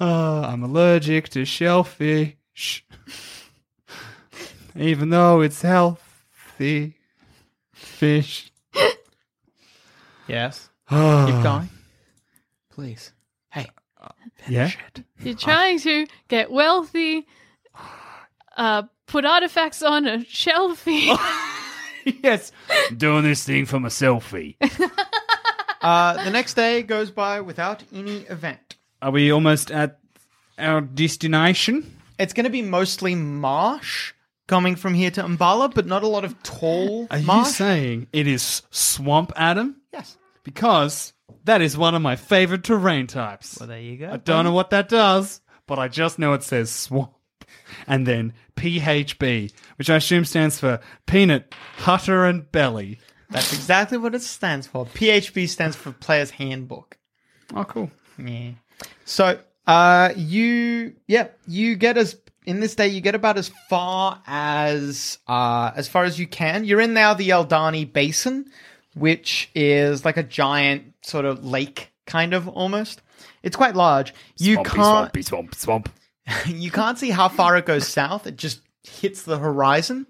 E: Uh, I'm allergic to shellfish, even though it's healthy fish. Ah.
C: Yes.
E: yeah.
C: Keep going. Please. Hey.
F: You're trying to get wealthy, uh, put artifacts on a shelfie.
E: Yes.
I: I'm doing this thing for my selfie.
C: Uh, the next day goes by without any event.
E: Are we almost at our destination?
C: It's going to be mostly marsh coming from here to Mbala, but not a lot of tall
E: Are
C: marsh.
E: you saying it is swamp, Adam?
C: yes.
E: Because that is one of my favorite terrain types.
C: Well, there you
E: I
C: go.
E: don't know what that does, but I just know it says swamp. And then PHB, which I assume stands for peanut, hutter, and belly.
C: That's exactly what it stands for. PHB stands for Player's Handbook.
E: Oh, cool.
C: Yeah. So, uh, you, yeah, you get as in this day, you get about as far as uh, as far as you can. You're in now the Eldani Basin, which is like a giant sort of lake, kind of almost. It's quite large. You
I: Swampy,
C: can't
I: swampy, swamp, swamp.
C: you can't see how far it goes south. It just hits the horizon.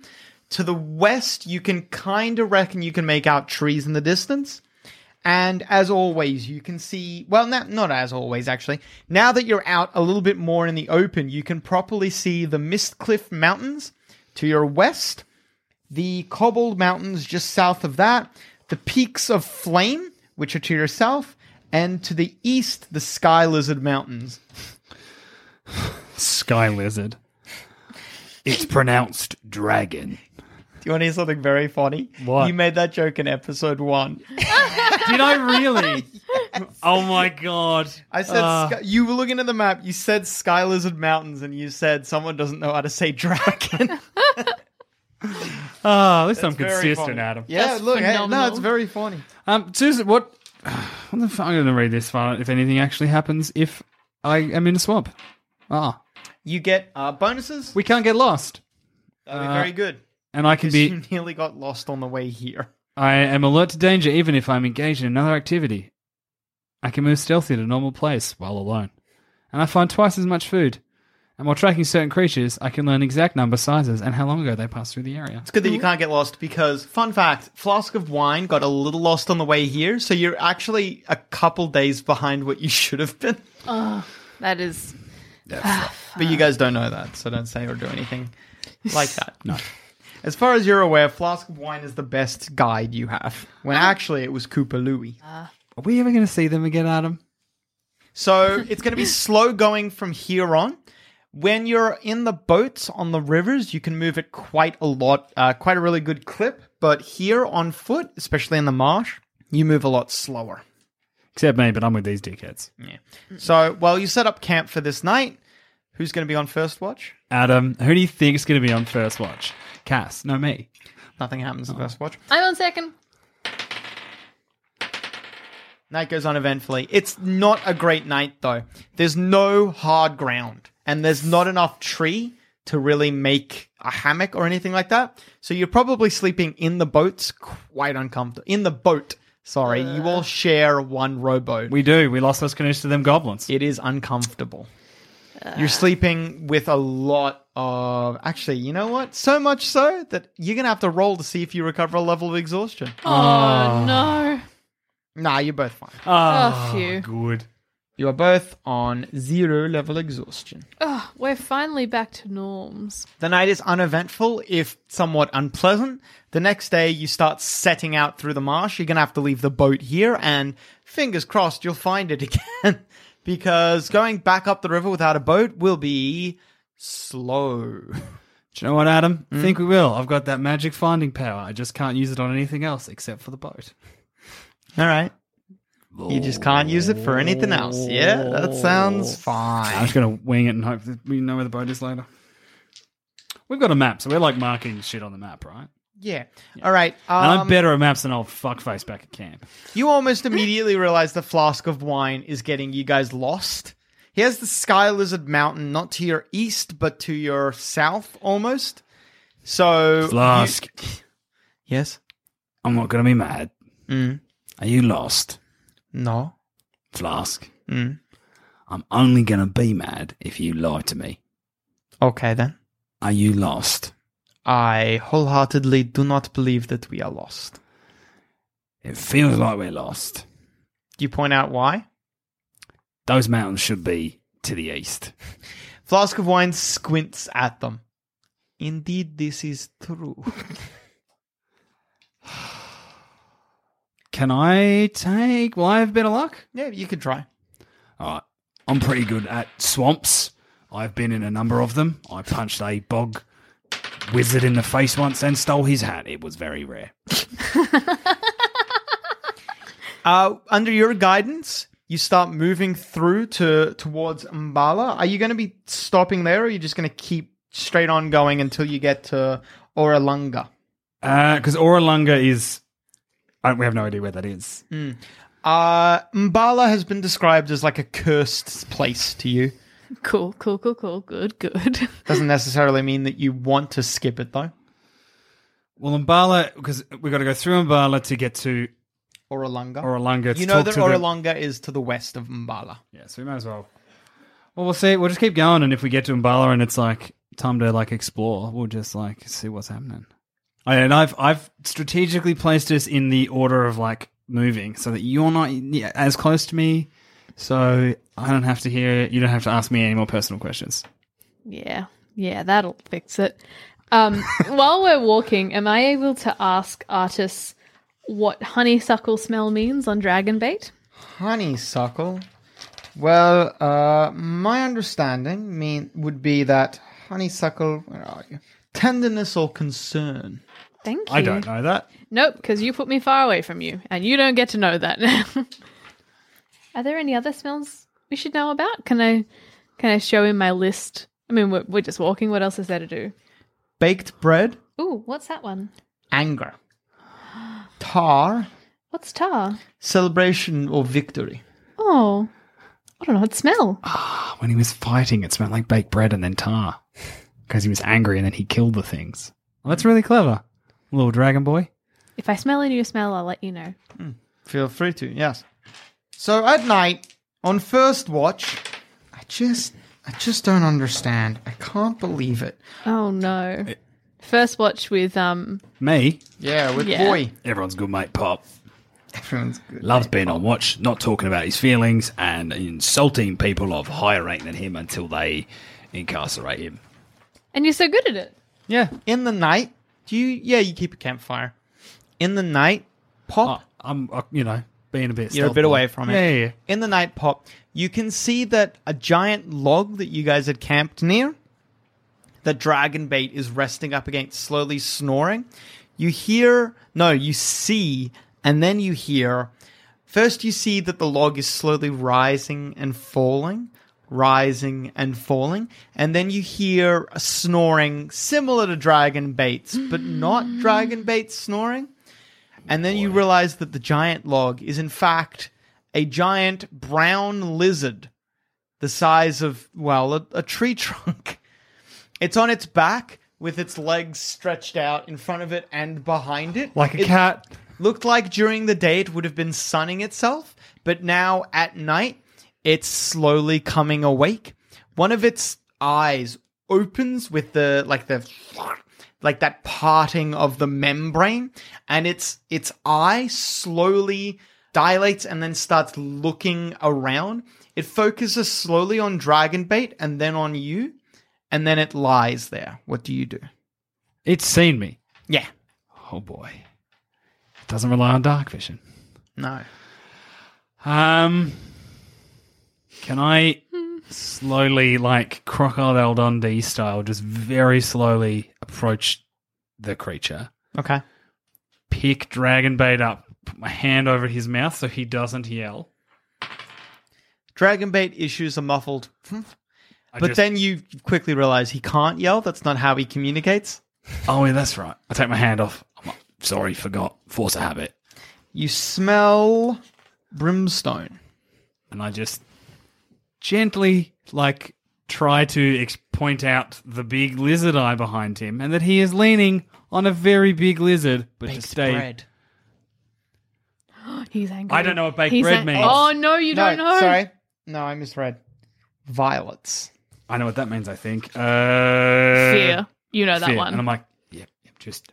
C: To the west, you can kind of reckon you can make out trees in the distance. And as always, you can see, well, not, not as always, actually. Now that you're out a little bit more in the open, you can properly see the Mistcliff Mountains to your west, the Cobbled Mountains just south of that, the peaks of Flame, which are to your south, and to the east, the Sky Lizard Mountains.
E: Sky lizard.
I: It's pronounced dragon.
C: Do you want to hear something very funny?
E: What?
C: You made that joke in episode one.
E: Did I really? Oh my god.
C: I said,
E: Uh,
C: sky- you were looking at the map, you said Sky Lizard Mountains, and you said someone doesn't know how to say dragon.
E: oh, at least I'm
C: very
E: consistent,
C: funny.
E: Adam.
C: yeah,
F: That's
C: look, hey, no,
F: phenomenal.
C: it's very funny.
E: Um, Susan, what? What the fuck? I'm going to read this far. If anything actually happens, if I am in a swamp, ah,
C: You get uh, bonuses.
E: we can't get lost,
C: That'd be very good.
E: and I can
C: Because
E: be.
C: you nearly got lost on the way here.
E: I am alert to danger even if I'm engaged in another activity. I can move stealthy to a normal place while alone, and I find twice as much food. And while tracking certain creatures, I can learn exact number, sizes, and how long ago they passed through the area.
C: It's good that you can't get lost because, fun fact, flask of wine got a little lost on the way here, so you're actually a couple days behind what you should have been.
F: that is.
C: But you guys don't know that, so don't say or do anything like that. No. As far as you're aware, flask of wine is the best guide you have. When actually it was Cooper Louie.
B: Are we ever going to see them again, Adam?
C: So it's going to be slow going from here on. When you're in the boats on the rivers, you can move it quite a lot, uh, quite a really good clip. But here on foot, especially in the marsh, you move a lot slower.
E: Except me, but I'm with these dickheads.
C: So while you set up camp for this night, who's going to be on first watch?
E: Adam, who do you think is going to be on first watch? Cass, no me.
C: Nothing happens on first watch.
F: I'm on second.
C: Night goes on eventfully. It's not a great night though. There's no hard ground and there's not enough tree to really make a hammock or anything like that. So you're probably sleeping in the boats quite uncomfortable. In the boat, sorry. You all share one rowboat.
E: We do. We lost those canoes to them goblins.
C: it is uncomfortable. You're sleeping with a lot of actually, you know what? So much so that you're going to have to roll to see if you recover a level of exhaustion.
F: Oh, no.
C: Nah, you're both fine.
F: Oh, phew.
E: Good.
C: You are both on zero level exhaustion.
F: Oh, we're finally back to norms.
C: The night is uneventful, if somewhat unpleasant. The next day, you start setting out through the marsh. You're going to have to leave the boat here, and fingers crossed, you'll find it again. because going back up the river without a boat will be slow.
E: Do you know what, Adam?
C: Hmm?
E: I think we will. I've got that magic finding power. I just can't use it on anything else except for the boat.
C: All right. You just can't use it for anything else. Yeah, that sounds
E: I'm
C: fine.
E: just going to wing it and hope that we know where the boat is later. We've got a map, so we're like marking shit on the map, right?
C: Yeah. All right. Um,
E: And I'm better at maps than old fuckface back at camp.
C: You almost immediately realize the flask of wine is getting you guys lost. Here's the Sky Lizard Mountain, not to your east, but to your south almost. So. you-
E: Flask,
C: yes?
E: I'm not going to be mad.
C: Mm.
E: Are you lost?
C: No?
E: Flask,
C: Mm.
E: I'm only going to be mad if you lie to me.
C: Okay then.
E: Are you lost?
C: I wholeheartedly do not believe that we are lost.
E: It feels like we're lost.
C: Do you point out why?
E: Those mountains should be to the east.
C: Flask of wine squints at them. Indeed, this is true.
E: Can I take? Well, I have better luck.
C: yeah, you could try.
E: All right. I'm pretty good at swamps. I've been in a number of them. I punched a bog wizard in the face once and stole his hat. It was very rare.
C: Uh, under your guidance, you start moving through to towards Mbala. Are you going to be stopping there, or are you just going to keep straight on going until you get to Oralunga?
E: Because Uh, Oralunga is. I, we have no idea where that is.
C: Uh, Mbala has been described as like a cursed place to you.
F: Cool, cool, cool, cool. Good, good.
C: Doesn't necessarily mean that you want to skip it though.
E: Well, Mbala, because we've got to go through Mbala to get to
C: Oralunga.
E: Oralunga. To
C: you know
E: talk
C: that
E: to
C: Oralunga is to the west of Mbala.
E: The, yeah, so we might as well. Well, we'll see. We'll just keep going, and if we get to Mbala and it's like time to like explore, we'll just like see what's happening. I- And I've I've strategically placed us in the order of like moving, so that you're not yeah, as close to me, so I don't have to hear. You don't have to ask me any more personal questions.
F: yeah, yeah, that'll fix it. Um, while we're walking, am I able to ask artists what honeysuckle smell means on dragon bait?
C: Honeysuckle. Well, uh, my understanding mean would be that honeysuckle. Where are you? Tenderness or concern.
F: Thank you.
E: I don't know that.
F: Nope, because you put me far away from you, and you don't get to know that now. Are there any other smells we should know about? Can I, can I show him my list? I mean, we're, we're just walking. What else is there to do?
C: Baked bread.
F: Ooh, what's that one?
C: Anger. Tar.
F: What's tar?
C: Celebration or victory.
F: Oh, I don't know. It smell.
E: Oh, When he was fighting, it smelled like baked bread and then tar, because he was angry and then he killed the things. Well, that's really clever, little dragon boy.
F: If I smell a new smell, I'll let you know.
C: Feel free to, yes. So at night, on first watch, I just, I just don't understand. I can't believe it.
F: Oh no. First watch with um.
E: Me,
C: Yeah, with
F: Yeah.
C: boy,
E: everyone's good mate, Pop.
C: everyone's good.
E: loves being on watch, not talking about his feelings, and insulting people of higher rank than him until they incarcerate him.
F: And you're so good at it.
C: Yeah. In the night, Do you? Yeah, you keep a campfire. In the night, pop.
E: Oh, I'm, uh, you know, being a bit.
C: You're a
E: stealth
C: bit
E: boy.
C: away from it.
E: Yeah, yeah, yeah.
C: In the night, pop. You can see that a giant log that you guys had camped near, the dragon bait is resting up against, slowly snoring. You hear, no, you see, and then you hear. First, you see that the log is slowly rising and falling, rising and falling, and then you hear a snoring similar to dragon baits, but not dragon baits snoring. And then you realize that the giant log is, in fact, a giant brown lizard the size of, well, a, a tree trunk. It's on its back with its legs stretched out in front of it and behind it.
B: Like a
C: It
B: cat.
C: Looked like during the day it would have been sunning itself, but now at night it's slowly coming awake. One of its eyes opens with the like the like that parting of the membrane and its its eye slowly dilates and then starts looking around. It focuses slowly on Dragonbait and then on you, and then it lies there. What do you do?
E: It's seen me.
C: Yeah.
E: Oh boy. It doesn't rely on dark vision.
C: No.
E: Um, can I slowly, like crocodile Dundee style, just very slowly approach the creature,
C: Okay.
E: pick Dragonbait up, put my hand over his mouth so he doesn't yell?
C: Dragonbait issues a muffled "Hmm."
E: I
C: But
E: just-
C: then you quickly realize he can't yell. That's not how he communicates.
E: oh yeah, that's right. I take my hand off. I'm like, sorry, forgot. Force a habit,
C: You smell brimstone.
E: and I just gently like try to ex- point out the big lizard eye behind him, and that he is leaning on a very big lizard, but to stay
F: He's angry.
E: I don't know what baked
F: He's
E: bread means.
F: Oh no, you don't know.
C: Sorry. No, I misread. Violets.
E: I know what that means. I think uh,
F: Fear. You know that
E: fear.
F: one.
E: And I'm like, yep, yep, just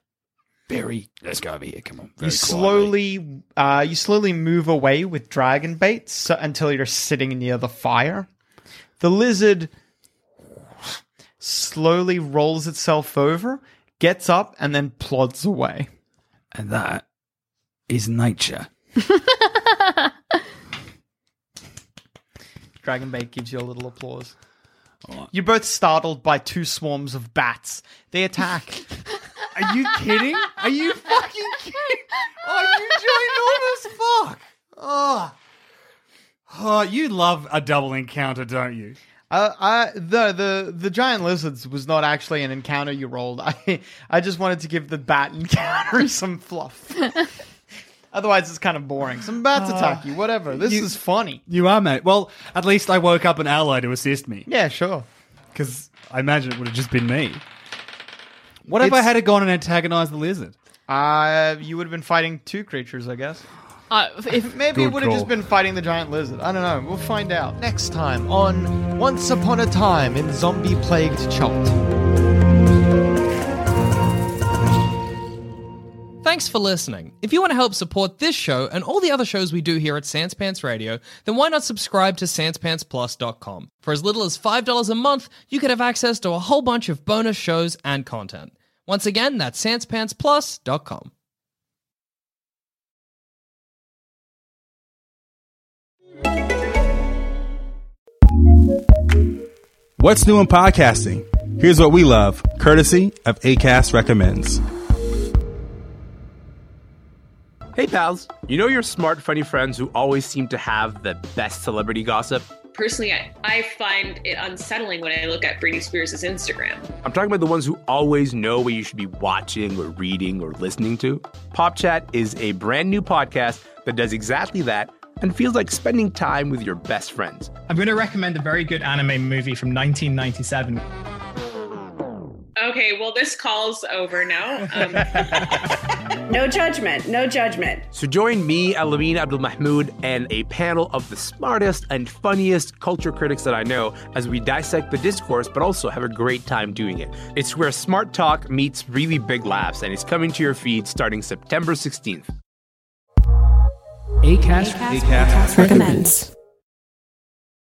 E: very. Let's go over here. Come on. very
C: you
E: quietly.
C: slowly, uh, you slowly move away with dragon baits so, until you're sitting near the fire. The lizard slowly rolls itself over, gets up, and then plods away.
E: and that is nature.
C: Dragonbait gives you a little applause. You're both startled by two swarms of bats. They attack.
B: Are you kidding? Are you fucking kidding? Oh, you ginormous fuck! Oh. oh, you love a double encounter, don't you?
C: uh, I, the the the giant lizards was not actually an encounter you rolled. I I just wanted to give the bat encounter some fluff. Otherwise, it's kind of boring. Some bats attack you. Whatever. This is funny.
B: Uh, You are, mate. Well, at least I woke up an ally to assist me
C: Yeah, sure.
B: because I imagine it would have just been me. What if I
C: It's-
B: had gone and antagonized the lizard?
C: Uh, you would have been fighting two creatures, I guess.
F: Uh, if
C: Maybe it
B: Good
C: would have
B: call.
C: just been fighting the giant lizard. I don't know. We'll find out next time on Once Upon a Time in Zombie Plagued Chult.
G: Thanks for listening. If you want to help support this show and all the other shows we do here at Sans Pants Radio, then why not subscribe to SansPantsPlus.com? For as little as $5 a month, you could have access to a whole bunch of bonus shows and content. Once again, that's SansPantsPlus.com.
J: What's new in podcasting? Here's what we love, courtesy of ACAST Recommends.
K: Hey, pals. You know your smart, funny friends who always seem to have the best celebrity gossip?
L: personally, I, I find it unsettling when I look at Britney Spears' Instagram.
K: I'm talking about the ones who always know what you should be watching or reading or listening to. Pop Chat is a brand new podcast that does exactly that and feels like spending time with your best friends.
M: I'm going to recommend a very good anime movie from 1997.
L: Okay, well, this call's over now. Um,
N: No judgment. No judgment.
K: So join me, Alameen Abdul Mahmoud, and a panel of the smartest and funniest culture critics that I know as we dissect the discourse, but also have a great time doing it. It's where smart talk meets really big laughs, and it's coming to your feed starting September 16th.
E: Acast
J: ACAST
N: Recommends.